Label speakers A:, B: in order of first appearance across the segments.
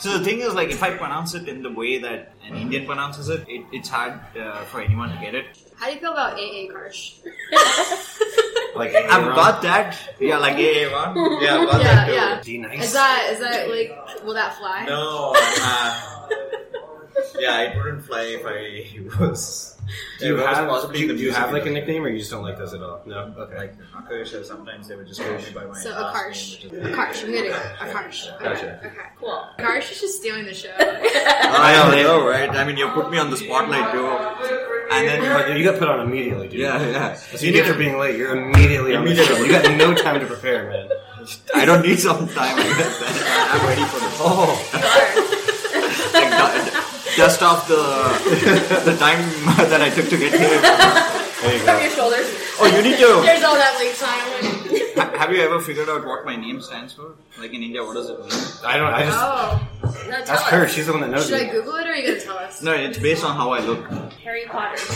A: So the thing is, like, if I pronounce it in the way that an Indian pronounces it, it it's hard uh, for anyone to get it.
B: How do you feel about AA Karsh?
C: Like
A: I've got that. Yeah, like AA one. Yeah, I've got
B: Yeah,
A: that too.
B: yeah.
C: D nice.
B: Is that is that like will that fly?
A: No. Uh, yeah, it wouldn't fly if I was.
C: do you
A: if I was
C: have
A: possibly
C: do you,
A: the
C: do you
A: music
C: have like a
A: industry.
C: nickname, or you just don't like those at all? No. Okay.
A: like Akash or sometimes they would just call me by my
B: So
A: last
B: Akarsh,
A: name, which is-
B: Akarsh, I'm gonna go Akarsh. Okay,
C: Gotcha.
B: Okay,
D: Cool.
B: Akarsh is just stealing the show.
A: I know, I know, right? I mean, you put me on the spotlight too, and
C: But
A: then
C: dude, you got put on immediately, dude.
A: Uh, yeah, yeah.
C: As soon as you're being late, you're immediately on the
A: Immediately.
C: show. You got no time to prepare, man.
A: I don't need some time. I guess. I'm ready for this.
C: Oh,
A: Like, du- dust off the the time that I took to get here.
C: there you
D: From
C: go.
D: your shoulders.
A: Oh, you need to.
D: There's all that late time.
A: Ha- Have you ever figured out what my name stands for? Like in India, what does it mean?
C: I don't. I just
B: Oh, no, tell
C: ask her.
B: us.
C: She's the one that knows.
B: oh. Should I
C: you.
B: Google it or are you gonna tell us?
A: No, it's based on how I look.
D: Harry Potter.
C: Dude.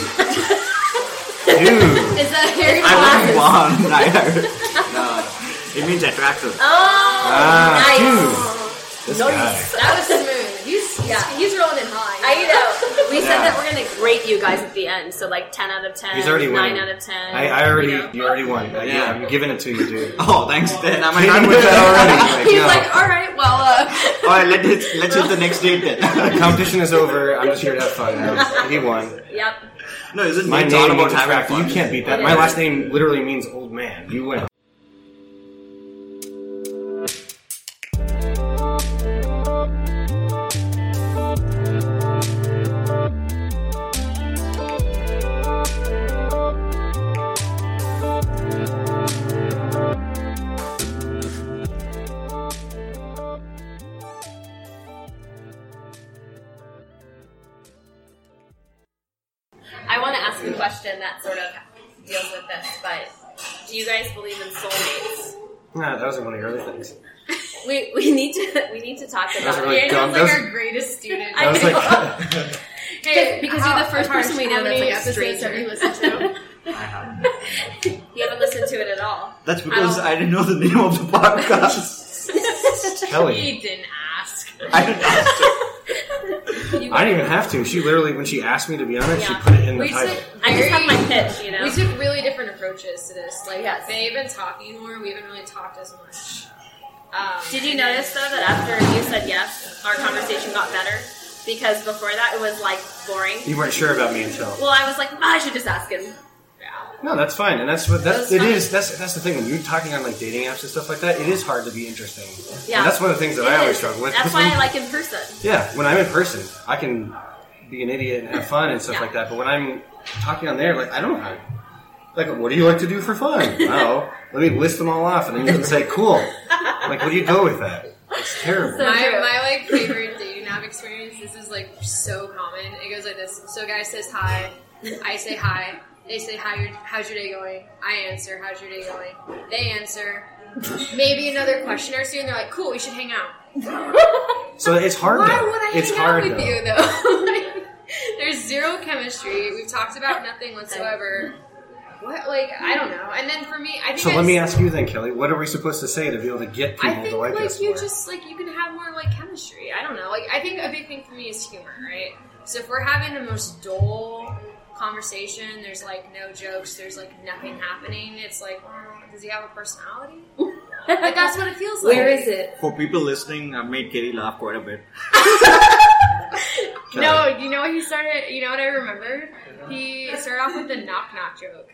B: Is that Harry
A: I wouldn't
B: Potter?
A: want either. No, it means attractive.
D: Oh,
C: Ah,
D: nice.
C: dude. This guy.
B: That was smooth. He's he's-
D: Yeah.
B: he's rolling in high.
D: I know. We said
A: Yeah.
D: that we're gonna rate you guys at the end, so like ten out of ten,
C: He's already
D: nine out
C: winning.
D: of ten.
C: I, I already,
D: you know.
C: you already won. Like, yeah.
A: Yeah.
C: I'm giving it to you, dude.
A: Oh, thanks. Then I'm
C: Hit
A: done
C: him
A: with
C: with
A: that
C: that already.
B: He's
C: no.
B: like, all right, well, uh,
A: already. All right, let it, let's hit the next date then.
C: The competition is over. I'm just here to have fun. Now. He won.
D: Yep.
A: No, isn't
C: My
A: it's
C: name
A: all about
C: means
A: having
C: attractive.
A: fun?
C: You can't beat that. My last name literally means old man. You win.
D: I want to ask a question that sort of deals with this, but do you guys believe in soulmates?
C: Nah, that wasn't one of your other things.
D: We we need to we need to talk
C: was
D: about
C: really
D: it.
C: dumb.
B: Daniel's like
C: That was-
B: our greatest student.
D: I
C: That was
D: know.
C: like,
B: Hey,
D: because
B: how-
D: you're the first
B: how
D: person we know
B: many
D: that's like a
B: episodes
D: stranger.
B: have you listened to?
A: I haven't.
D: You haven't listened to it at all.
A: That's because
D: Ow.
A: I didn't know the name of the podcast.
C: Kelly.
B: He didn't ask.
A: I didn't ask it.
D: You-
C: I didn't even have to. She literally, when she asked me to be on it, she
D: Yeah.
C: put it in the
B: We
C: title.
B: took
D: I just have
B: very-
D: my pitch, you know.
B: We took really different approaches to this. Like
D: Yes.
B: they've been talking more, we haven't really talked as much. Um,
D: Did you notice though that after you said yes, our conversation got better? Because before that it was like boring.
C: You weren't sure about me until.
D: Well, I was like, "Ah, I should just ask him.
C: No, that's fine, and that's what that's
B: That's
C: it
B: fine.
C: is. That's that's the thing when you're talking on like dating apps and stuff like that. It is hard to be interesting.
D: Yeah.
C: And that's one of the things that
D: It
C: I always
D: is.
C: struggle with.
D: That's
C: Because
D: why
C: when-
D: I like in person.
C: Yeah, when I'm in person, I can be an idiot and have fun and stuff
D: Yeah.
C: like that. But when I'm talking on there, like I don't have. Like, what do you like to do for fun? oh, let me list them all off, and then you can say, "Cool." Like, where do you go with that? It's terrible.
D: So-
B: my,
D: true.
B: my like favorite dating app experience. This is like so common. It goes like this: so a guy says hi, I say hi. They say hi. Your, how's your day going? I answer. How's your day going? They answer. Maybe another question or two, and they're like, "Cool, we should hang out."
C: So it's hard.
B: Why
C: though.
B: would I
C: it's
B: hang
C: hard
B: out with
C: though.
B: you though? Like, There's zero chemistry. We've talked about nothing whatsoever. What? Like I don't know. And then for me, I think
C: So
B: I
C: let me
B: just-
C: ask you then, Kelly. What are we supposed to say to be able to get people
B: I think
C: to like,
B: like,
C: us
B: you
C: more?
B: just like you can have more like chemistry. I don't know. Like I think a big thing for me is humor, right? So if we're having the most dull conversation, there's like no jokes, there's like nothing happening. It's like, well, does he have a personality? like that's what it feels like.
D: it?
A: For people listening, I've made Kelly laugh quite a bit.
B: No, you know what he started. You know what I remember? He started off with the knock knock joke.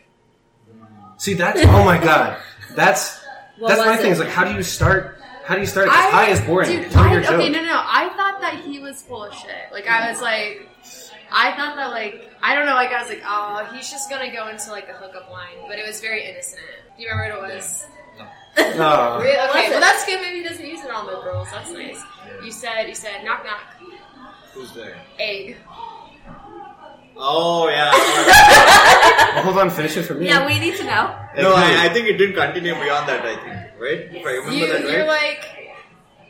C: See, that's oh my god, that's
D: What
C: that's my
D: was
C: thing.
D: it?
C: Is like, how do you start? How do you start? 'Cause High is boring.
B: Dude,
C: Tell me
B: I-
C: your
B: okay,
C: joke.
B: no, no. I thought that he was full of shit. Like I was like, I thought that like I don't know. Like I was like, oh, he's just gonna go into like a hookup line, but it was very innocent. Do you remember what it was?
C: Oh.
B: Really? Okay,
D: Was
B: well
D: it?
B: that's good. Maybe he doesn't use it on the girls. That's nice. You said you said knock knock
A: Who's there?
B: egg.
A: Oh yeah.
C: Well, hold on, finish it for me.
D: Yeah, we need to know.
A: no, I, I think it didn't continue beyond that. I think, right? If I remember
B: You
A: that, right?
B: you're like,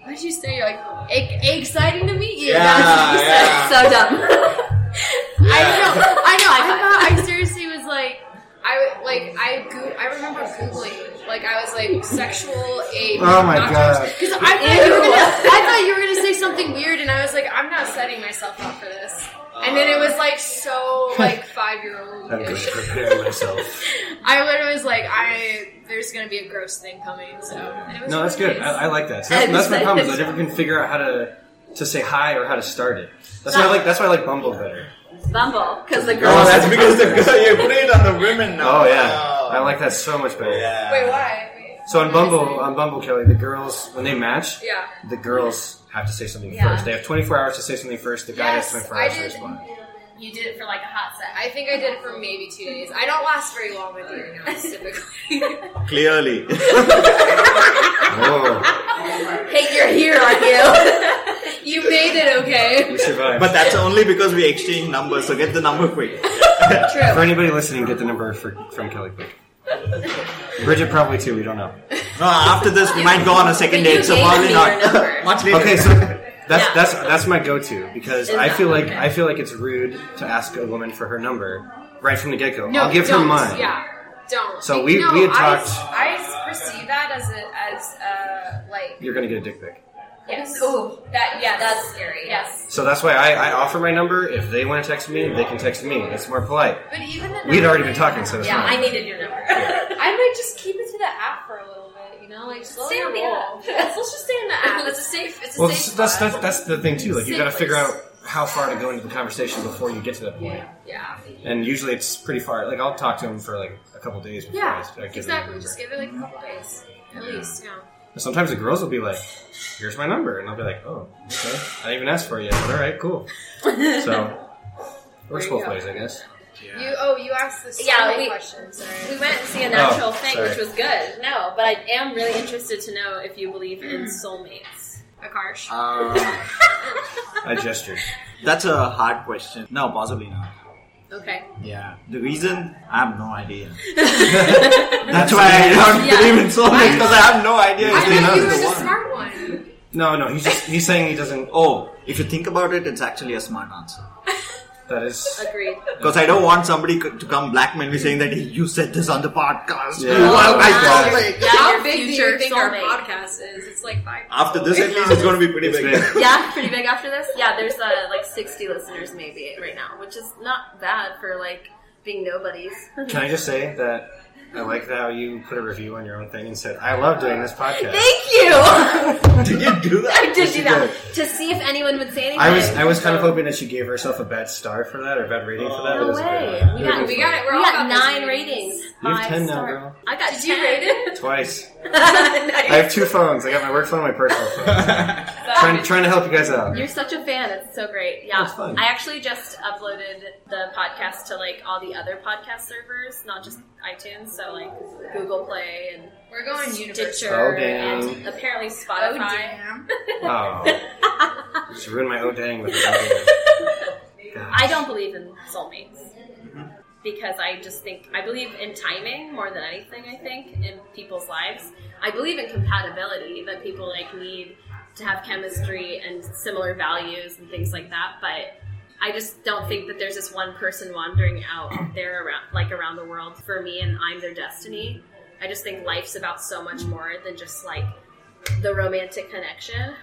B: what did you say? You're like egg, exciting to meet you.
A: Yeah,
B: That's what you said.
A: yeah.
D: So dumb.
B: I
A: Yeah.
B: know, I know. I thought I seriously was like, I w- like I go- I remember googling Like I was like sexual ape.
C: Oh my God.
B: Because I thought you were gonna, I thought you were gonna say something weird, and I was like, I'm not setting myself up for this. And then it was like so like five year old.
C: I'm going to prepare myself.
B: I literally was like, I there's gonna be a gross thing coming. So and it was
C: No, that's
B: really
C: good.
B: nice.
C: I, I like that. So that's,
D: And
C: that's my
D: it's-
C: problem. Is I never can figure out how to to say hi or how to start it. That's why I like. That's why I like Bumble better.
D: Bumble, because the girls.
C: Oh,
A: Oh, that's because the girl, you put it on the women now.
C: Oh yeah, I like that so much better.
A: Oh, Yeah.
B: Wait, why? Wait.
C: So on Bumble, um, on Bumble, Kelly, the girls when they match,
B: Yeah.
C: the girls have to say something
D: Yeah.
C: first. They have 24 hours to say something first. The guy
B: Yes,
C: has 24
B: I
C: hours to
B: did.
C: respond.
D: You did it for like a hot second.
B: I think I did it for maybe two days. I don't last very long with you now, typically.
A: Clearly.
C: Whoa,
D: Hey, you're here, aren't you?
B: you made it okay.
C: we survived.
A: But that's only because we exchange numbers, so get the number quick.
C: for anybody listening, get the number for, from Kelly quick. Bridget probably too. We don't know.
A: No, after this, we might go on a second date, so
D: gave
A: probably
D: me
A: not.
D: your number.
A: Much later.
C: Okay, so that's
D: Yeah.
C: that's that's my go-to because
D: Is
C: I
D: that-
C: feel like
D: okay.
C: I feel like it's rude to ask a woman for her number right from the get-go.
B: No,
C: I'll give
B: don't.
C: her mine.
B: Yeah, don't.
C: So we- we had talked-
B: I, I perceive that as a as a like
C: You're gonna get a dick pic.
D: yes.
B: Ooh.
D: That yeah,
B: That's
D: that's
B: scary.
D: scary. Yes.
C: So that's why I, I offer my number. If they want to text me, they can text me. It's more polite.
B: But even the
C: We'd already been talking, so it's
D: Yeah,
C: fine.
D: I needed your number.
B: I might just keep it to the app for a little bit. You know, like slowly
D: Stay on the
B: roll.
D: app. Let's just stay on the app.
B: It's a safe. It's a
C: well,
B: safe.
C: that's, that's
B: spot.
C: that's that's the thing too. Like you
B: Safe
C: got to figure out
B: place.
C: how far to go into the conversation before you get to that point.
B: yeah.
C: And usually it's pretty far. Like I'll talk to them for like a couple days before I, I
B: Yeah.
C: give them
B: Exactly.
C: the
B: Just
C: number.
B: give it like a couple days, at least. Yeah.
C: Sometimes the girls will be like, "Here's my number," and I'll be like, "Oh, okay. I didn't even ask for it yet. But all right, cool." So works
B: There you
C: both
B: go.
C: ways, I guess.
B: You oh you asked the
D: Yeah,
B: survey
D: we-
B: question. Sorry.
D: We went to see a natural
C: Oh,
D: thing,
C: sorry.
D: which was good. No, but I am really interested to know if you believe in soulmates.
B: Akarsh.
A: Uh,
C: I gestured.
A: that's a hard question. No, possibly not.
D: Okay.
A: Yeah. The reason? I have no idea. That's why I don't
D: Yeah.
A: believe in soulmates, because I have no idea.
B: I
A: if they
B: thought
A: know
B: you were
A: the
B: the
A: one.
B: smart one.
C: No, no. He's just he's saying he doesn't.
A: Oh, if you think about it, it's actually a smart answer.
C: That is.
D: Agreed.
A: Because I don't want somebody c- to come blackmail me saying that "Hey, you said this on the podcast.
C: Yeah.
A: You
B: Oh,
A: are my
D: wow.
A: soulmate."
D: Yeah,
B: How
D: your
B: big do
D: future
B: you think
D: soulmate.
B: our podcast is? It's like five.
A: After this, at least it's going to be pretty
C: It's
A: big.
C: big.
D: Yeah, pretty big after this. Yeah, there's uh, like 60 listeners maybe right now, which is not bad for like being nobodies.
C: Can I just say that I like how you put a review on your own thing and said, "I love doing this podcast."
D: Thank you. I
A: Did you do that?
D: did do that to see if anyone would say anything.
C: I was I was kind of hoping that she gave herself a bad star for that or a bad rating for that.
D: No
C: but it doesn't
D: way.
C: matter.
D: We
C: It
D: got-
C: would've
B: We
C: been
B: got
C: fun.
B: it. We're
D: We
B: all
D: got
B: about those
D: nine ratings.
C: You have
D: Five
C: 10 now,
D: star.
C: girl.
D: I got
B: Did you
D: 10.
B: rate it?
C: twice. I
D: nice.
C: have two phones. I got my work phone, and my personal phone. trying, trying to help you guys out.
D: You're such a fan. It's so great. Yeah.
C: That's fun.
D: I actually just uploaded the podcast to like all the other podcast servers, not just iTunes. So like Google Play and
B: We're going universal.
D: Stitcher
C: Oh, dang.
D: and apparently
B: Oh
D: Spotify.
B: damn!
C: Oh, just ruined my oh dang with the oh dang. God.
D: I don't believe in soulmates because I just think I believe in timing more than anything. I think in people's lives. I believe in compatibility that people like need to have chemistry and similar values and things like that. But I just don't think that there's this one person wandering out there around like around the world for me and I'm their destiny. I just think life's about so much more than just like the romantic connection.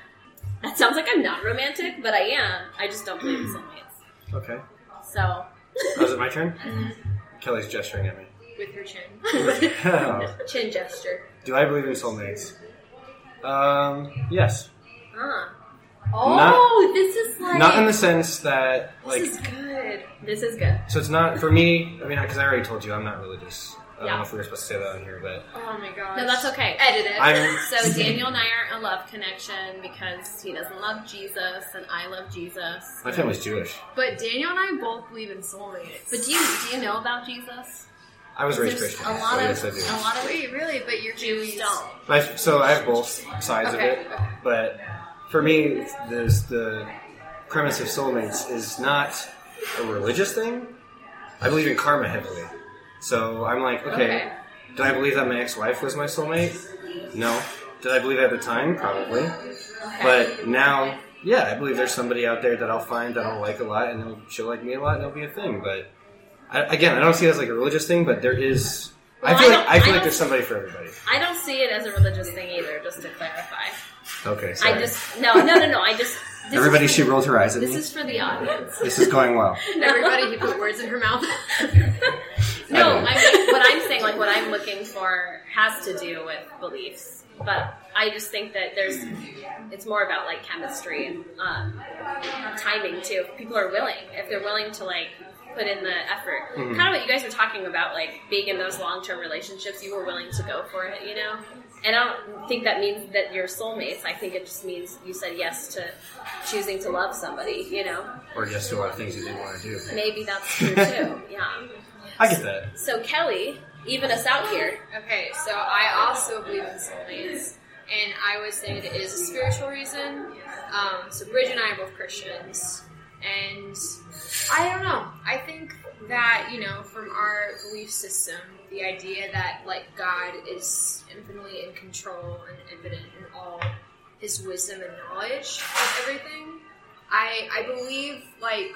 D: That sounds like I'm not romantic, but I am. I just don't believe in soulmates.
C: Okay.
D: So
C: Oh, is it my turn? Kelly's gesturing at me.
B: With her chin.
C: Oh.
D: chin gesture.
C: Do I believe in soulmates? Um, yes.
D: Huh.
C: Not-
D: Oh, this is like
C: Not in the sense that like
D: this is good. This is good.
C: So it's not for me. I mean, because I already told you I'm not religious. I don't
D: Yeah.
C: know if we were supposed to say that on here, but
B: Oh my god!
D: No, that's okay.
B: Edit it.
C: I'm
D: So Daniel and I are a love connection because he doesn't love Jesus and I love Jesus.
C: my family's Jewish.
B: but Daniel and I both believe in soulmates.
D: But do you do you know about Jesus?
C: I was raised
D: There's
C: Christian.
D: a lot
C: so
D: of
C: yes, I
D: a
C: do.
D: lot of
B: wait, really? But you're
D: Jews
B: Jewish.
D: don't.
C: I, so I have both sides
B: Okay.
C: of it, but for me, there's the premise of soulmates is not a religious thing. I believe in karma heavily, so I'm like, okay,
B: Okay.
C: did I believe that my ex-wife was my soulmate? No. Did I believe at the time? Probably. But now, yeah, I believe there's somebody out there that I'll find that I'll like a lot, and they'll, she'll like me a lot, and it'll be a thing. But I, again, I don't see it as like a religious thing, but there is
D: Well,
C: I feel
D: I
C: like
D: don't-
C: I feel
D: I
C: like
D: don't-
C: there's somebody for everybody.
D: I don't see it as a religious thing either. Just to clarify,
C: Okay, sorry.
D: I just no, no, no, no. I just this is
C: everybody,
D: for-
C: she rolls her eyes at
D: This
C: me.
D: is for the audience.
C: This is going well.
B: Everybody, he put words in her mouth.
D: No,
C: Okay.
D: I mean, what I'm saying, like what I'm looking for, has to do with beliefs. But I just think that there's, it's more about like chemistry and um, timing too. If people are willing, if they're willing to like put in the effort, kind of what you guys were talking about, like being in those long term relationships, you were willing to go for it, you know. And I don't think that means that you're soulmates. I think it just means you said yes to choosing to love somebody, you know.
C: Or just a lot of things you didn't want to do.
D: Maybe that's true too. Yeah.
C: I get that.
D: So Kelly, even us out here.
B: Okay, so I also believe in soulmates, and I would say it is a spiritual reason. Um, so Bridge and I are both Christians, and I don't know. I think that you know, from our belief system, the idea that like God is infinitely in control and infinite in all His wisdom and knowledge of everything. I I believe like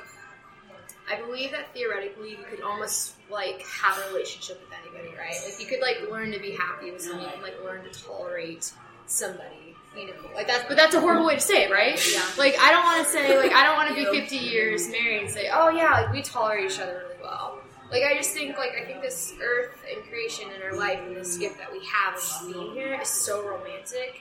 B: I believe that theoretically you could almost like have a relationship with anybody, right? Like you could like learn to be happy with someone, you can like learn to tolerate somebody, you know. Like that's but that's a horrible way to say it, right?
D: Yeah.
B: Like I don't wanna say like I don't wanna be fifty years married and say, Oh yeah, like we tolerate each other really well. Like I just think like I think this earth and creation and our life and this gift that we have of being here is so romantic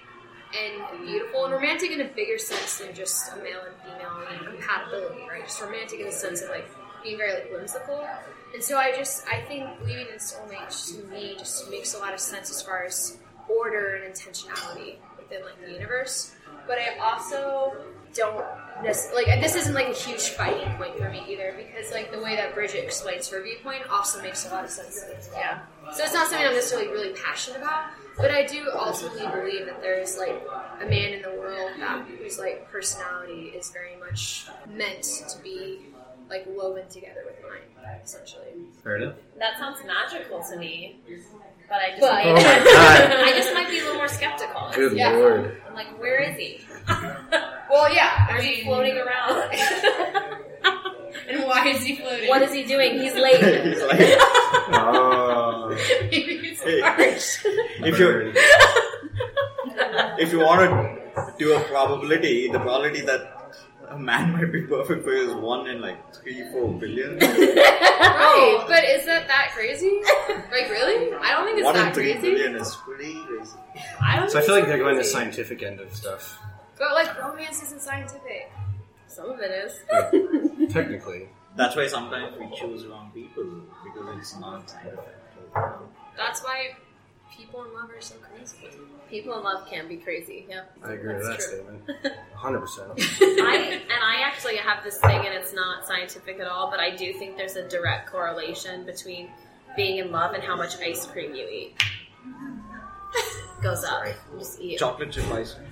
B: and beautiful and romantic in a bigger sense than just a male and female and compatibility, right? Just romantic in the sense of like being very like whimsical. And so I just I think believing in soulmates to me just makes a lot of sense as far as order and intentionality within like the universe. But I also don't nec- like and this isn't like a huge fighting point for me either because like the way that Bridget explains her viewpoint also makes a lot of sense. Yeah. So it's not something I'm necessarily really passionate about, but I do ultimately believe that there is like a man in the world that whose like personality is very much meant to be like woven together with mine, essentially.
C: Fair enough.
D: That sounds magical to me, but I just
B: But-
D: might,
B: Oh
C: my
D: I just might be a little more skeptical.
C: Good
B: Yeah.
C: lord.
D: I'm like, where is he?
B: Well, yeah.
D: Are he floating around?
B: And why is he floating?
D: what is he doing? He's late.
A: He's like,
C: Oh,
A: If you-
C: burn.
A: if you want to do a probability, the probability that a man might be perfect for you is one in like three, four billion.
B: Right, but is that that crazy? Like, really? I don't think it's
A: one in
B: that
A: three
B: crazy.
A: billion is pretty crazy.
D: I don't
C: So I feel like
D: think
C: they're
D: so
C: going the
D: crazy.
C: scientific end of stuff,
B: But like, romance isn't scientific.
D: Some of it is.
C: technically.
A: That's why sometimes we choose wrong people because it's not scientific.
B: That's why people in love are so crazy.
D: People in love can be crazy. Yeah.
C: I agree with that
D: That's
C: statement. 100%.
D: I and I actually have this thing, and it's not scientific at all, but I do think there's a direct correlation between being in love and how much ice cream you eat. Goes up. You just eat
A: Chocolate chip ice. cream.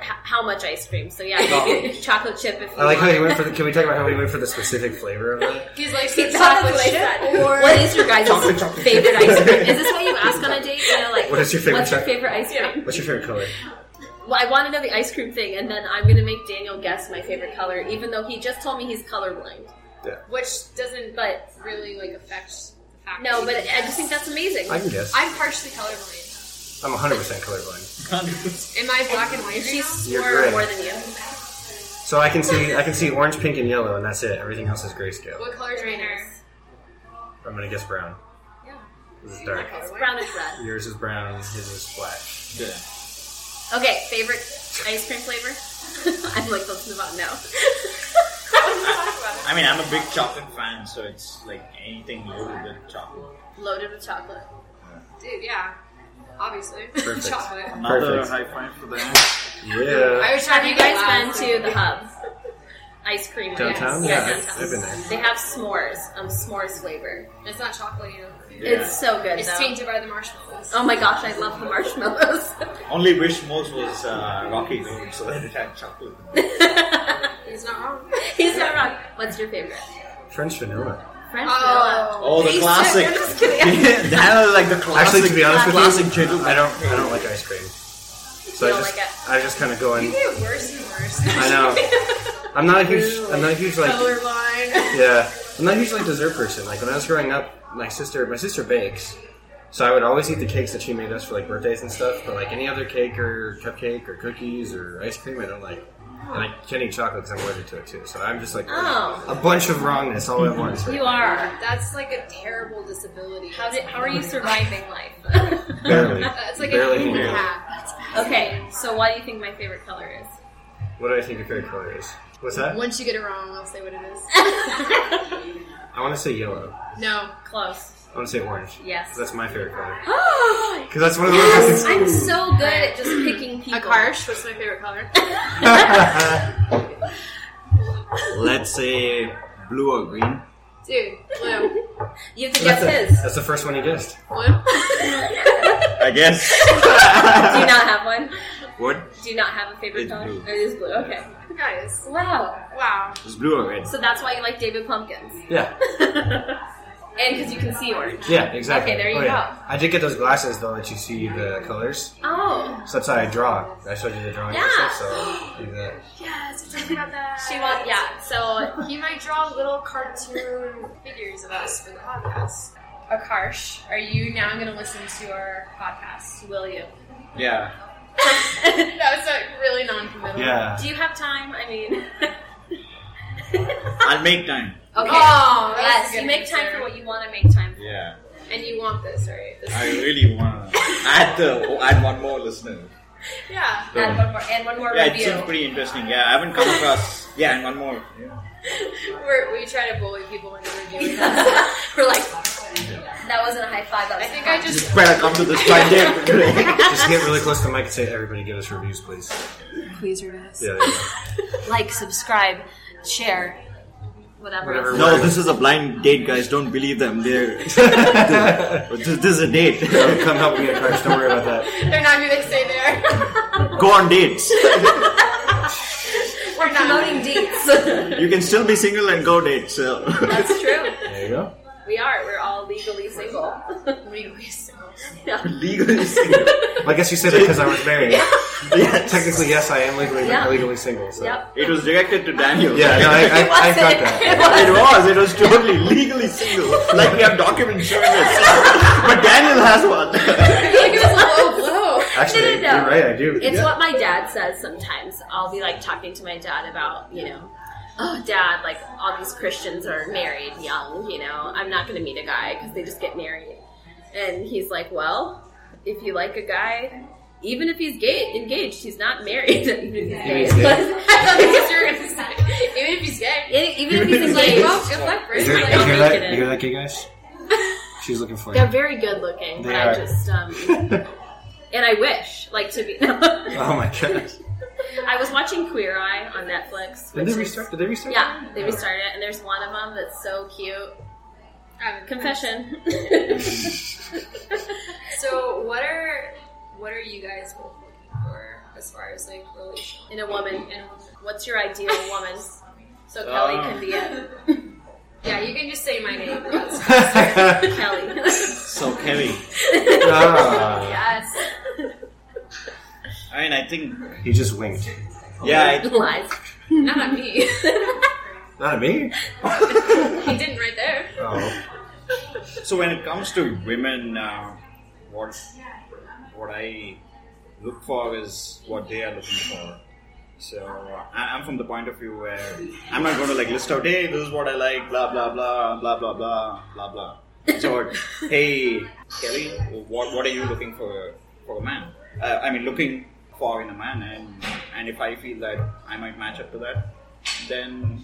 D: h- how much ice cream. So yeah, maybe chocolate chip if you
C: I like how
D: want.
C: you went for the. Can we talk about how we went for the specific flavor of that?
B: He's like,
D: chocolate chip or what is your guys'
A: Chocolate, chocolate chip.
D: favorite ice cream? Is this what you ask on a date? You know, like
C: What is your favorite
D: What's your
C: choc-
D: favorite ice cream?
C: What's your favorite color?
D: Well, I want to know the ice cream thing, and then I'm gonna make Daniel guess my favorite color, even though he just told me he's colorblind.
B: Which doesn't
D: But
B: really like affect the fact.
D: no, but
B: that you
D: I just think that's amazing.
C: I can guess.
B: I'm partially colorblind.
C: I'm 100% colorblind,
B: Am I black and white?
D: She's
B: She's
C: You're
D: more
C: great.
D: more than you.
C: so I can see I can see orange, pink, and yellow, and that's it. Everything else is grayscale.
B: what color is
D: Very
B: mine?
D: nice.
C: I'm gonna guess brown.
B: Yeah.
C: This is dark.
D: It's brownish red.
C: Yours is brown. His is black.
A: Yeah.
D: Okay, favorite ice cream flavor? I'm like, let's move on now.
A: I mean, I'm a big chocolate fan, so it's like anything loaded with chocolate.
D: Loaded with chocolate.
B: Dude, yeah. Obviously.
C: Perfect.
B: Chocolate.
A: Another
C: Perfect.
A: high five for them.
C: Yeah.
B: I was trying
D: Have
B: to
D: you
B: get
D: guys
B: loud.
D: been to the hub? Ice cream. Yes.
C: Downtown? Yeah,
D: Yeah,
C: I've-
D: downtown.
C: I've been there.
D: They have s'mores, um, s'mores flavor.
B: It's not chocolate, you know.
D: It's so good
B: It's
D: though.
B: tainted by the marshmallows.
D: Oh my gosh, I love the marshmallows.
A: Only wish most was uh, Rocky Road so that it had chocolate.
B: He's not wrong.
D: He's not wrong. What's your favorite?
C: French vanilla.
D: French vanilla.
B: Oh.
A: Oh, the
D: Please,
A: classic.
D: I'm just kidding.
A: that was like the classic.
C: Actually, to be honest with you,
A: classic Jittle.
C: I don't I don't like ice cream. So
D: You
C: I
D: don't
C: just
D: like it?
C: I just kind of go in.
B: It worse and worse.
C: I know. I'm not a huge I'm not a huge like
D: Colorblind.
C: yeah I'm not a huge like dessert person. Like when I was growing up, my sister my sister bakes, So I would always eat the cakes that she made us for like birthdays and stuff, but like any other cake or cupcake or cookies or ice cream, I don't like. And I can't eat chocolate because I'm allergic to it too. So I'm just like
D: Oh.
C: a bunch of wrongness all at once. right
D: You are.
B: That's like a terrible disability.
D: How, did, how are you surviving life?
C: now. Barely.
B: That's like
C: Barely
B: a human
C: can do it.
B: hat.
D: okay, so why do you think my favorite color is?
C: What do I think your favorite color is? What's that?
B: Once you get it wrong, I'll say what it is.
C: I want to say yellow.
B: No.
D: Close.
C: I want to say orange.
D: Yes.
C: That's my favorite color.
D: Oh,
C: Because that's one of the
D: yes!
C: ones.
D: I'm so good at just picking people.
B: Akarsh, what's my favorite color?
E: Let's say blue or green.
B: Dude, blue.
D: You have to
C: That's,
D: guess
C: the-
D: his.
C: that's the first one you guessed.
B: Blue?
E: I guess.
D: Do you not have one?
E: what?
D: Do you not have a favorite
E: It's
D: color?
E: blue.
D: It is blue. Okay.
B: Guys.
D: Wow.
B: Wow.
E: It's blue or red.
D: So that's why you like David Pumpkins,
C: Yeah.
D: and because you can see orange.
C: Yeah, exactly.
D: Okay, there you
C: Oh, yeah. I did get those glasses though that you see the colors.
D: Oh,
C: So that's how I draw. I showed you the drawing
D: Yeah.
C: yourself, so I do that.
B: Yes, we talked about that.
D: she wants. Yeah. So
B: He might draw little cartoon figures of us for the podcast. Akarsh, are you now going to listen to our podcast?
D: will you?
A: Yeah.
B: That was like really non-committal.
C: Yeah.
D: Do you have time? I mean.
A: I'll make time.
D: Okay.
B: Oh, that's
D: yes,
B: a good
D: you make time
B: answer.
D: for what you want to make time for.
A: Yeah.
B: And you want this, right? This-
A: I really want to add the oh, add one more listener.
B: yeah.
D: And one more, and one more
A: Yeah, it
D: review.
A: seems pretty interesting. Yeah, I haven't come across. Yeah, and one more. Yeah.
B: We're, we try to bully people into reviewing us.
D: We're like, that wasn't a high five. That
B: I
D: was
B: think I just
A: Better come to this by day.
C: Just get really close to the mic and say, "Everybody, give us reviews, please."
D: please us.
C: Yeah. there you go.
D: Like, subscribe, share, whatever.
C: Whatever.
A: No, this is a blind date, guys. Don't believe them. They're this, this is a date.
C: Come help me, Akash. Don't worry about that.
B: they're not going to stay there.
A: Go on dates.
D: We're promoting dates.
A: You can still be single and go date. So
D: That's true.
C: There you go.
D: We are. We're all legally single.
B: Legally single.
A: legally single.
C: Well, I guess you said that because I was married.
A: Yes.
C: Technically, yes, I am legally
D: Yeah.
C: legally single. So.
D: Yep.
A: It was directed to Daniel.
C: Yeah. No, I, I, I got that.
D: It wasn't.
A: It was. It was totally legally single. Like we have documents showing this. But Daniel has one.
B: It was a low blow.
D: No, no,
C: Actually,
D: no.
C: you're right. I do.
D: It's what my dad says sometimes. I'll be like talking to my dad about, you know, oh, dad, like all these Christians are married young, you know, I'm not going to meet a guy because they just get married. And he's like, well, if you like a guy, even if he's gay, engaged, he's not married. even if he's gay.
C: Even if
B: I thought that's what you were going to say. Even if he's gay.
D: Even if he's
B: He's like,
D: engaged.
B: well, good luck, Bruce.
C: You hear,
D: I
C: you
D: don't
C: hear
D: make
C: that?
D: it
C: You hear
D: in.
C: that, gay guys? She's looking for
D: They're
C: you.
D: very good looking,
C: They
D: but
C: are.
D: I just, um, and I wish, like, to be. I
C: Oh my god!
D: was watching Queer Eye on Netflix.
C: Did
D: which
C: they
D: is-
C: restart? Did they restart?
D: Yeah, they restarted it, and there's one of them that's so cute.
B: Um,
D: Confession.
B: So what are what are you guys both looking for as far as like relationship?
D: In a woman. In a woman. What's your ideal woman? So Kelly can be it.
B: Yeah, you can just say my name. That's
C: Yeah.
D: Kelly.
A: So Kelly,
C: ah,
B: yes.
A: I mean, I think.
C: he just winked.
A: Yeah, I,
D: Lies.
B: Not me.
C: Not at me.
B: he didn't right there.
C: Oh.
A: So when it comes to women, uh, what what I look for is what they are looking for. So uh, I- I'm from the point of view where I'm not going to like list out, hey, this is what I like, blah blah blah, blah blah blah, blah blah. So hey, Kelly, what what are you looking for for a man? Uh, I mean, looking for in a man, and and if I feel that I might match up to that, then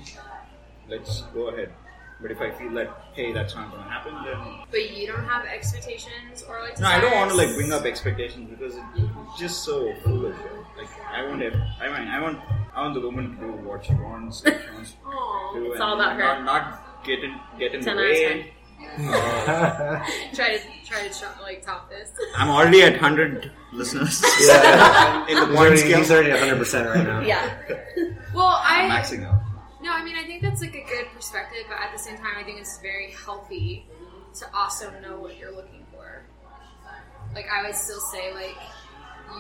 A: let's go ahead. But if I feel that hey, that's not going to happen, then
B: But you don't have expectations or like.
A: no, I don't want to like
B: desires?
A: bring up expectations because it- it's just so foolish. Like I want, ev- I mean, I want, I want the woman to do what she wants. What she wants to
B: Aw,
A: do
D: It's
A: and
D: all about
A: Not,
D: her.
A: not get in, get in the
D: Ten out of
A: way.
C: Oh. yeah.
B: try to try to try, like top this.
A: I'm already at hundred listeners in the
C: He's
A: point
C: already,
A: scale.
C: he's already 100% right now.
D: Yeah.
B: Well, I
A: I'm maxing out.
B: No, I mean, I think that's like a good perspective, but at the same time, I think it's very healthy to also know what you're looking for. Like, I would still say, like,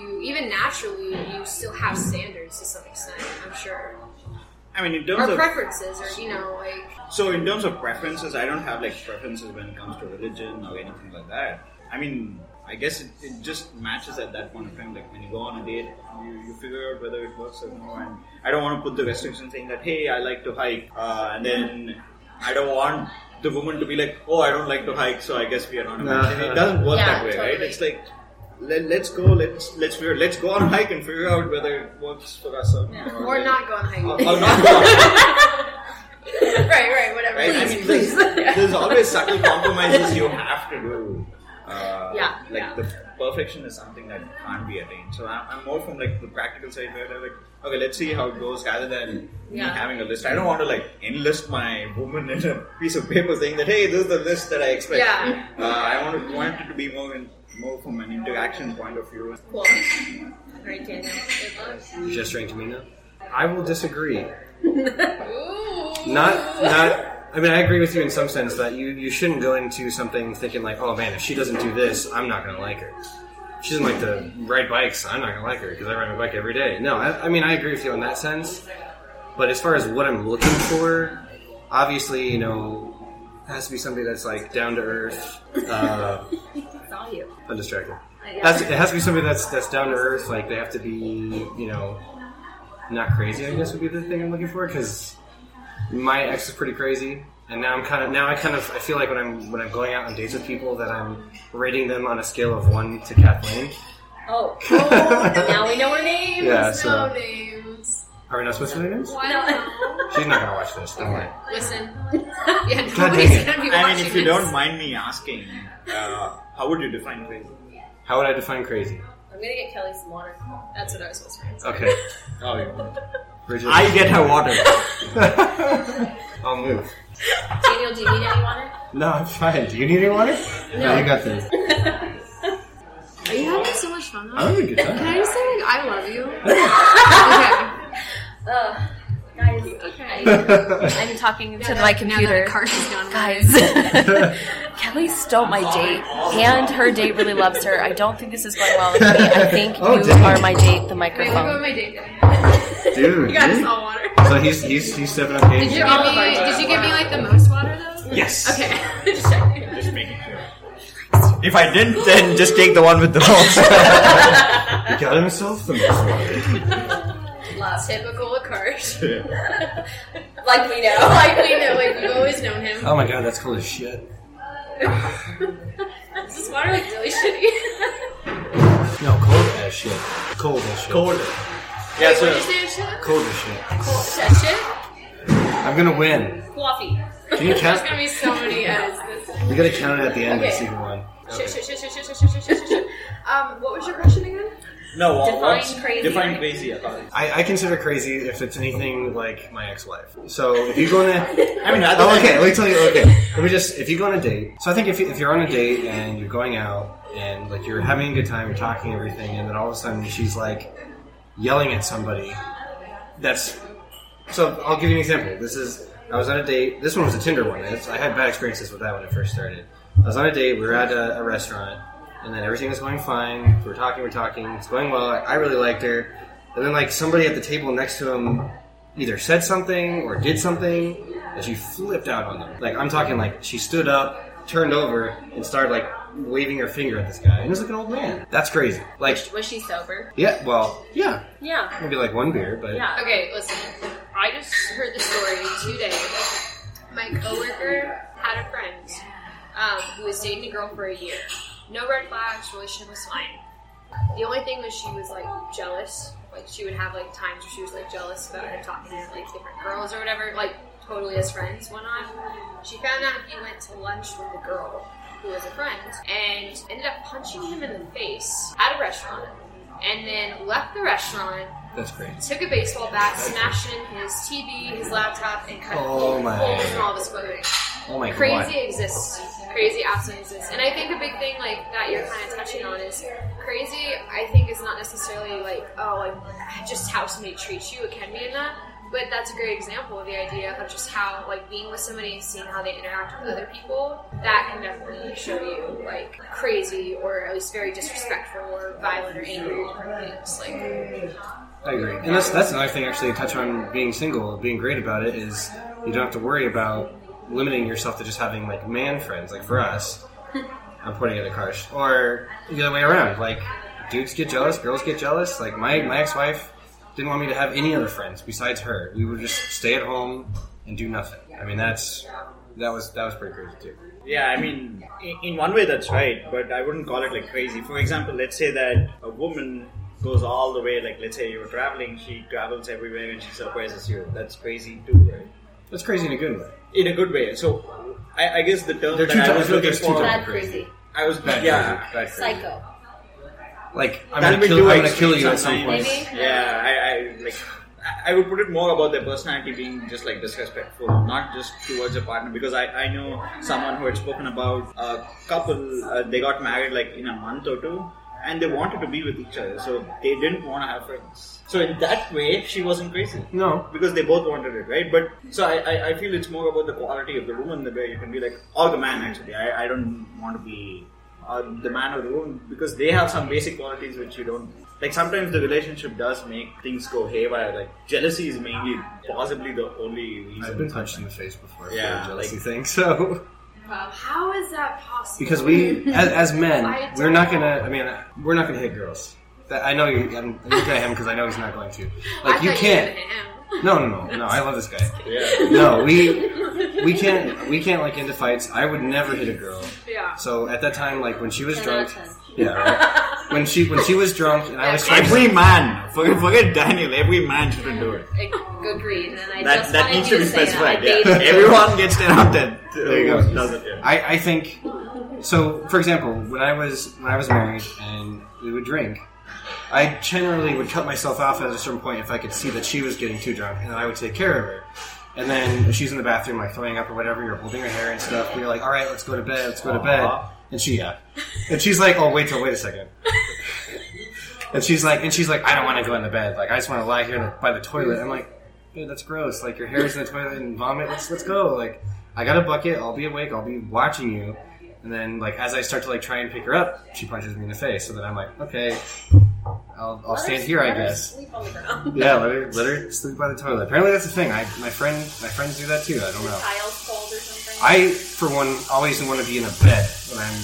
B: you, even naturally, you still have standards to some extent, I'm sure.
A: I mean, in terms
B: Or
A: of
B: preferences, or, you know, like,
A: So in terms of preferences, I don't have like preferences when it comes to religion or anything like that. I mean, I guess it, it just matches at that point of time. Like when you go on a date, you, you figure out whether it works or no. And I don't want to put the restriction saying that, hey, I like to hike, uh, and then I don't want the woman to be like, oh, I don't like to hike, so I guess we are not. a
C: No.
A: match. It doesn't work
D: Yeah,
A: that way, right?
D: totally.
A: It's like. Let, let's go. Let's let's figure, let's go on a hike and figure out whether it works for us or,
D: Yeah.
A: or
B: Or not going hiking.
A: Or, or not go on a hike.
B: right, right, whatever.
A: Right? I
B: Please,
A: mean,
B: please.
A: there's, there's always subtle compromises you have to do. Uh,
D: Yeah,
A: Like
D: yeah.
A: the perfection is something that can't be attained. So I'm, I'm more from like the practical side where they're like, okay, let's see how it goes, rather than me
D: Yeah.
A: having a list. I don't want to like enlist my woman in a piece of paper saying that hey, this is the list that I expect.
B: Yeah.
A: Uh, I want it, want it to be more in, more from an interaction point of view.
D: Cool. Great, Daniel.
C: gesturing to me now. I will disagree.
B: Ooh.
C: Not not. I mean, I agree with you in some sense that you you shouldn't go into something thinking like, oh man, if she doesn't do this, I'm not gonna like her. If she doesn't like to ride bikes, I'm not gonna like her because I ride my bike every day. No, I, I mean I agree with you in that sense. But as far as what I'm looking for, obviously, you know, it has to be somebody that's like down to earth. Uh,
D: It's all you.
C: I'm distracted.
D: Yeah.
C: That's, it has to be somebody that's that's down to earth. Like they have to be, you know, not crazy. I guess would be the thing I'm looking for because my ex is pretty crazy, and now I'm kind of now I kind of I feel like when I'm when I'm going out on dates with people that I'm rating them on a scale of one to Kathleen.
D: Oh,
C: Are
D: now we know her name.
C: Yeah.
B: no
C: so-
B: names.
C: we not supposed to do names?
B: Why
D: No.
B: not?
C: She's not gonna watch this. Don't worry.
B: Listen. Yeah,
C: God
B: nobody's
C: dang it.
B: gonna be
A: I
B: watching
A: mean, if you
B: this.
A: don't mind me asking, uh, how would you define crazy?
C: How would I define crazy?
D: I'm gonna get Kelly some water.
B: That's what I was supposed to answer.
C: Okay,
A: Oh, yeah.
C: Bridget.
A: I get her water.
C: I'll move.
D: Daniel, do you need any water?
C: No, I'm fine. Do you need any water? No, you got this.
B: Are you having so much fun?
C: I'm having a good
B: Can
C: time.
B: I just say like, I love you? okay.
D: Ugh. Guys,
B: Okay.
F: I'm talking to
B: that-
F: my
B: Now that
F: computer.
B: the card is gone.
F: Guys, Kelly stole my date, and her date really loves her. I don't think this is going well with me. I think
C: Oh,
F: you
C: dang.
F: are my date, the
B: Wait, look what
F: microphone.
B: my date did.
C: Dude.
B: You got us
C: really?
B: all water.
C: So he's he's he's stepping up
B: Did
C: games.
B: you give me? Did you give me like the most water though?
C: Yes.
B: Okay. Just checking.
A: Just making sure.
E: If I didn't, then just take the one with the most.
C: He got himself the most water.
B: Typical Akash.
D: like we know.
B: like we know, like we've always known him.
C: Oh my god, that's cold as shit.
B: Is this water like really shitty?
C: No, cold as shit. Cold as shit. Cold.
A: Yeah,
B: Would
A: so
B: you say it's shit?
C: Cold as shit.
B: Cool. Shit, shit?
C: I'm gonna win.
D: Coffee.
C: Can you
B: There's
C: count?
B: gonna be so many S's. This-
C: We gotta count it at the end and
B: Okay.
C: see who won. Okay.
B: Shit, shit, shit, shit, shit, shit, shit, shit, shit, shit. Um, what was your question again?
A: no. what-
D: Define
A: what's-
D: crazy.
A: Define crazy. I thought.
C: I, I consider crazy if it's anything like my ex-wife. So if you go on a,
A: I mean, other
C: oh,
A: than-
C: okay, let me tell you. Okay, let me just. If you go on a date, so I think if, you, if you're on a date and you're going out and like you're having a good time, you're talking everything, and then all of a sudden she's like yelling at somebody. That's so. I'll give you an example. This is. I was on a date. This one was a Tinder one. It's, I had bad experiences with that when it first started. I was on a date. We were at a, a restaurant, and then everything was going fine. We were talking. We were talking. It's going well. I, I really liked her. And then like somebody at the table next to him either said something or did something, and she flipped out on them. Like I'm talking like she stood up, turned over, and started like waving her finger at this guy. And it was like an old man. That's crazy. Like
D: Was she sober?
C: yeah, well, yeah,
D: Yeah.
C: maybe like one beer, but
D: Yeah.
B: Okay, listen. I just heard the story today. My coworker had a friend um, who was dating a girl for a year. No red flags, relationship was fine. The only thing was she was like jealous. Like she would have like times where she was like jealous about her talking to like different girls or whatever. Like totally as friends went on. She found out he went to lunch with a girl who was a friend and ended up punching him in the face at a restaurant. And then left the restaurant
C: that's crazy.
B: took a baseball bat, smashed it in his TV, his laptop, and cut
C: Oh my.
B: holes in all of his clothing.
C: Oh my
B: Crazy exists. Crazy absolutely exists. And I think the big thing like that you're kind of touching on is crazy. I think is not necessarily like oh like just how somebody treats you. It can be in that. But that's a great example of the idea of just how, like, being with somebody and seeing how they interact with other people, that can definitely show you, like, crazy or at least very disrespectful or violent or angry or different things. Like,
C: God. I agree. And that's that's another thing actually to touch on being single, being great about it is you don't have to worry about limiting yourself to just having like man friends, like for us. I'm pointing at Akash. Or the other way around. Like, dudes get jealous, girls get jealous. Like, my, my ex wife didn't want me to have any other friends besides her. We would just stay at home and do nothing. I mean, that's. That was that was pretty crazy too.
A: Yeah, I mean, in, in one way that's right, but I wouldn't call it like crazy. For example, let's say that a woman goes all the way, like let's say you're traveling, she travels everywhere and she surprises you. That's crazy too, right?
C: That's crazy in a good way.
A: In a good way. So, I, I guess the term
C: There are
A: that
C: two
A: I
C: types-
A: was looking
C: there's two
A: for,
C: types.
D: Bad crazy.
A: I was
C: Bad
A: yeah.
C: crazy, bad crazy.
D: Psycho.
C: Like I'm
A: That
C: gonna
A: we
C: kill,
A: do
C: I'm gonna
A: extreme
C: kill you at some
A: sometimes.
C: point.
A: Yeah, I, I like. I- I would put it more about their personality being just like disrespectful, not just towards a partner. Because I, I know someone who had spoken about a couple, uh, they got married like in a month or two, and they wanted to be with each other, so they didn't want to have friends. So, in that way, she wasn't crazy.
C: No,
A: Because they both wanted it, right? But so I, I, I feel it's more about the quality of the woman, the guy you can be like, or the man actually. I, I don't want to be uh, the man or the woman because they have some basic qualities which you don't. Like sometimes the relationship does make things go haywire. Like jealousy is mainly possibly the only reason.
C: I've been punched in the face before.
A: Yeah,
C: for a jealousy
A: like-
C: thing. So
B: Wow, how is that possible?
C: because we, as, as men,
B: Why
C: we're not gonna. I mean, we're not gonna hit girls. That, I know you. I'm looking at him because I know he's not going to.
B: I
C: Like you
B: thought
C: can't.
B: did him.
C: No, no, no, no. I love this guy.
A: Yeah.
C: No, we we can't we can't like into fights. I would never hit a girl.
B: Yeah.
C: So at that time, like when she was
D: Ten out
C: drunk,
D: of
C: yeah, right? when she when she was drunk and I was trying to
E: Every man, forget, forget Daniel. Every man should do it.
D: Ag- Agreed. And I
E: That
D: just
E: that
D: wanted
E: needs
D: you
E: to be
D: say that.
E: specified.
D: I
E: Yeah.
D: dated-
E: Everyone gets ten out of ten.
C: There you go.
E: Who Does it? Yeah.
C: I, I think so. For example, when I was when I was married and we would drink, I generally would cut myself off at a certain point if I could see that she was getting too drunk, and then I would take care of her. And then if she's in the bathroom, like throwing up or whatever, you're holding her hair and stuff. You're like, all right, let's go to bed, let's go to bed. And she, yeah, and she's like, oh wait till wait a second. And she's like, and she's like, I don't want to go in the bed. Like I just want to lie here in the- by the toilet. I'm like, dude, that's gross. Like your hair's in the toilet and vomit. Let's let's go. Like I got a bucket. I'll be awake. I'll be watching you. And then like as I start to like try and pick her up, she punches me in the face. So then I'm like, okay, I'll, I'll
D: Let her-
C: stand here, I
D: let her
C: guess.
D: Sleep on the
G: um,
D: ground.
C: Yeah, let her let her sleep by the toilet. Apparently that's the thing. I my friend my friends do that too. I don't know.
D: Tiles cold or something.
C: I for one always want to be in a bed when I'm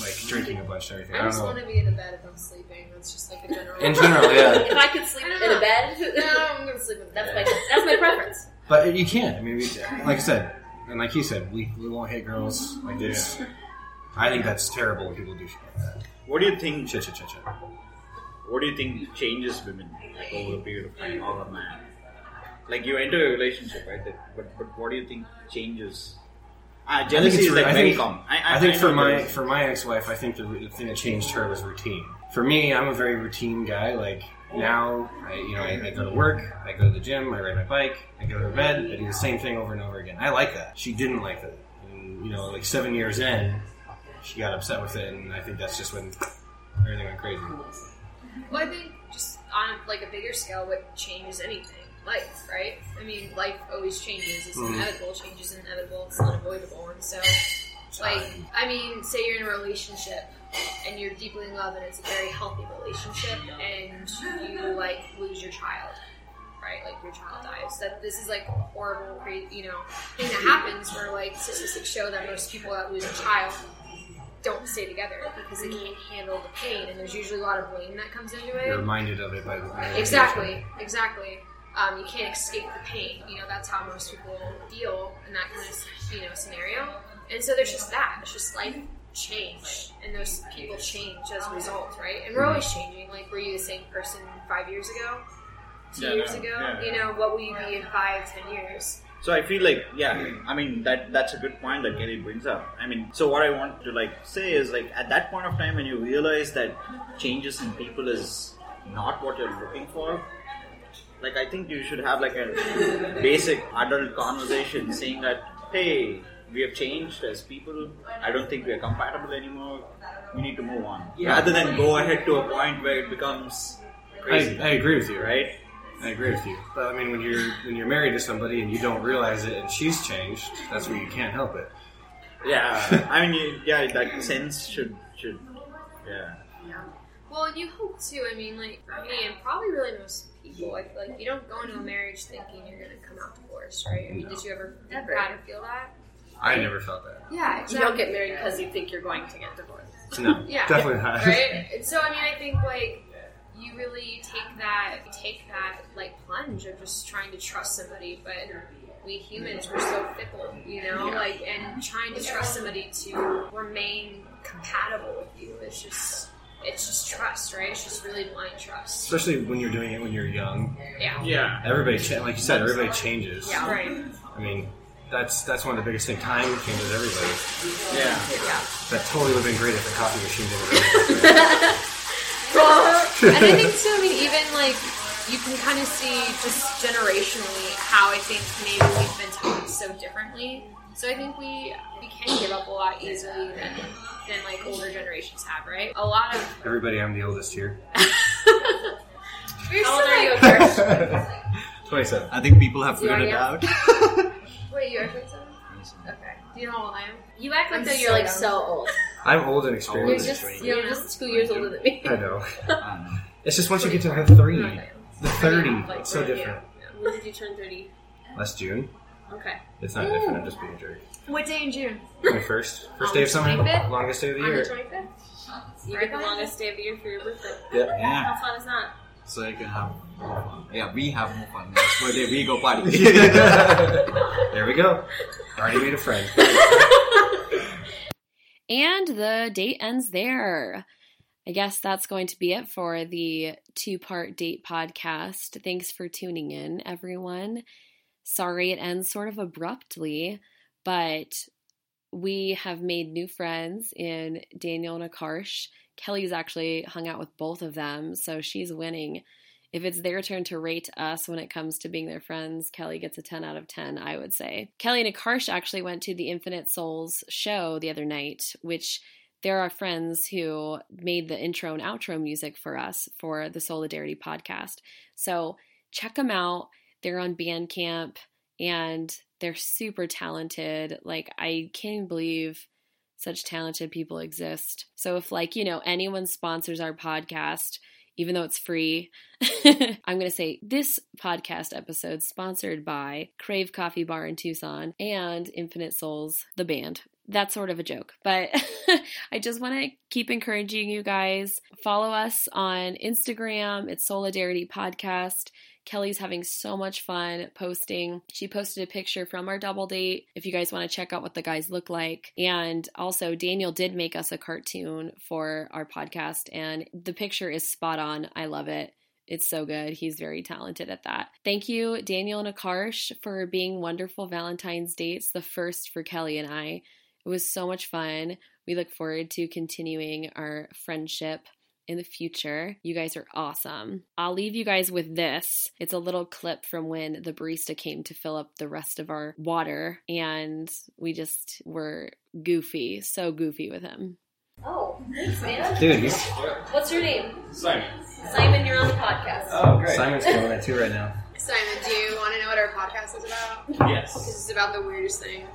C: like drinking a bunch and everything.
B: I
C: I don't
B: just want
C: know.
B: to be in a bed if I'm sleeping. That's just like a general.
C: In general, yeah.
D: if I could sleep in a
B: no,
D: bed,
B: I'm gonna sleep in a
D: that's
B: bed.
D: my that's my preference.
C: But you can't. I mean, we, like I said, and like he said, we, we won't hit girls. Like this. I think that's terrible when people do shit like that.
A: What do you think?
C: Shit, shit, shit, shit.
A: What do you think changes women like, over a period of time or a man? Like you enter a relationship, right? that- But but what do you think changes? Ah,
C: I think
A: jealousy
C: it's
A: is
C: re-
A: like
C: I
A: very
C: think- um,
A: common.
C: I think for
A: know
C: my
A: jealousy.
C: for my ex wife, I think the, the thing that changed her was routine. For me, I'm a very routine guy. Like now, I you know I, I go to work, I go to the gym, I ride my bike, I go to bed, I do the same thing over and over again. I like that. She didn't like that. And, you know, like seven years in, she got upset with it, and I think that's just when everything went crazy.
B: Well, I think just on like a bigger scale, what changes anything? Life, right? I mean, life always changes. It's
C: Mhm.
B: inevitable. Change is inevitable. It's unavoidable. And so, like, I mean, say you're in a relationship and you're deeply in love, and it's a very healthy relationship, and you like lose your child, right? Like your child dies. That this is like a horrible, cra- you know, thing that happens where like statistics show that most people that lose a child don't stay together because they can't handle the pain, and there's usually a lot of blame that comes into
C: You're
B: it.
C: reminded of it by the
B: Exactly, exactly. Um, you can't escape the pain. You know that's how most people deal in that kind of you know scenario. And so there's just that. It's just life change, and those people change as a result, right? And we're always
A: Mm-hmm.
B: changing. Like, were you the same person five years ago? Two
A: Yeah,
B: years
A: no,
B: ago,
A: yeah,
B: you know, what will you be in five, ten years?
A: So I feel like, yeah, I mean that that's a good point that Kelly brings up. I mean, so what I want to like say is like at that point of time when you realize that changes in people is not what you're looking for, like I think you should have like a basic adult conversation saying that hey, we have changed as people. I don't think we are compatible anymore. We need to move on, rather than go ahead to a point where it becomes
C: I,
A: crazy,
C: I agree with you, right?
A: right?
C: I agree with you. But I mean, when you're when you're married to somebody and you don't realize it, and she's changed, that's when you can't help it.
A: Yeah, I mean, you, yeah, that sense should should yeah.
B: Well, and you hope too. I mean, like for me, and probably really most people, I feel like you don't go into a marriage thinking you're going to come out divorced, right? I mean, did you ever
D: Never.
B: kind of feel that?
C: I never felt that.
B: Yeah, exactly.
G: You don't get married because you think you're going to get divorced.
C: No,
B: Yeah.
C: definitely not.
B: right? And so I mean, I think like you really take that you take that like plunge of just trying to trust somebody, but we humans we're so fickle, you know, like and trying to trust somebody to remain compatible with you is just it's just trust, right? It's just really blind trust.
C: Especially when you're doing it when you're young.
B: Yeah.
A: Yeah.
C: Everybody, cha- like you said, everybody changes.
B: Yeah.
G: Right.
C: I mean, that's that's one of the biggest things. Time changes everybody.
A: Yeah.
C: That totally would have been great if the coffee machine didn't. work.
B: Well, and I think too. I mean, even like you can kind of see just generationally how I think maybe we've been taught so differently. So I think we we can give up a lot easily than than like older generations have, right? A lot of
C: everybody, I'm the oldest here.
B: you're
G: How old are you,
B: still like-
G: Kirk?
C: Twenty-seven.
H: I think people have figured it
B: Yeah,
H: out.
B: Wait, you're 27? Okay. Do you know how old I am?
G: You act like
B: I'm
G: though
B: so
G: you're like
B: young.
G: so old.
C: I'm old and
G: You're
C: experienced.
G: just
H: Really?
G: you're just two years older than me.
C: I know.
H: Um,
C: It's just once you get to the thirty, the thirty,
B: Like,
C: it's so
B: right, yeah.
C: different.
G: When did you turn thirty?
C: Last June.
G: Okay.
C: It's not different. I'm just being a jerk.
B: What day in June?
C: My first, first day of summer,
B: 25th?
C: longest day of the
B: On the
C: year.
B: 25th?
G: You get the longest day of the year for your birthday.
C: Yeah.
H: yeah,
G: How fun is that?
H: so I can have more fun. Yeah, we have more fun. That's where they- we go party.
C: there we go. Already made a friend.
D: And the date ends there. I guess that's going to be it for the two part date podcast. Thanks for tuning in, everyone. Sorry it ends sort of abruptly, but we have made new friends in Daniel and Akarsh. Kelly's actually hung out with both of them, so she's winning. If it's their turn to rate us when it comes to being their friends, Kelly gets a 10 out of 10, I would say. Kelly and Akarsh actually went to the Infinite Souls show the other night, which there are friends who made the intro and outro music for us for the Solidarity podcast. So check them out. They're on Bandcamp and they're super talented. Like, I can't even believe such talented people exist. So, if, like, you know, anyone sponsors our podcast, even though it's free, I'm going to say this podcast episode sponsored by Crave Coffee Bar in Tucson and Infinite Souls, the band. That's sort of a joke, but I just want to keep encouraging you guys. Follow us on Instagram. It's Solidarity Podcast. Kelly's having so much fun posting. She posted a picture from our double date if you guys want to check out what the guys look like. And also, Daniel did make us a cartoon for our podcast, and the picture is spot on. I love it. It's so good. He's very talented at that. Thank you, Daniel and Akarsh, for being wonderful Valentine's dates, the first for Kelly and I. It was so much fun. We look forward to continuing our friendship in the future. You guys are awesome. I'll leave you guys with this. It's a little clip from when the barista came to fill up the rest of our water, and we just were goofy, so goofy with him.
G: Oh, thanks, man.
C: Dude, he's,
G: What's your name?
A: Simon.
G: Simon, you're on the podcast.
A: Oh,
C: Simon's feeling that too right now.
B: Simon, do you want to know what our podcast is about?
A: Yes.
B: This is about the weirdest thing.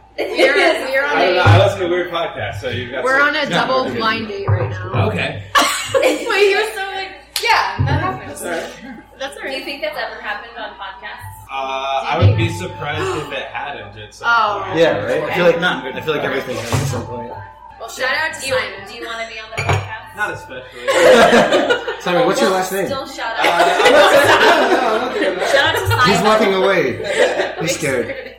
B: We are, we are on
A: I don't know.
B: a,
A: I listen to weird podcasts, so you've got.
B: we're
A: some-
B: on a double blind date right now.
C: Okay.
B: Wait, you're so like, yeah, that happens. That's
G: Do you
B: alright.
G: think that's ever happened on podcasts?
A: Uh, I would be surprised if it hadn't. It's uh,
B: Oh.
C: Yeah, right. I feel like I feel like everything has at some point.
B: Well, shout out to
G: Do you,
B: Simon.
G: do you want to be on the podcast?
A: Not especially.
C: Simon, what's your last name?
G: Still shout out. shout out to Simon.
C: He's walking away. He's scared.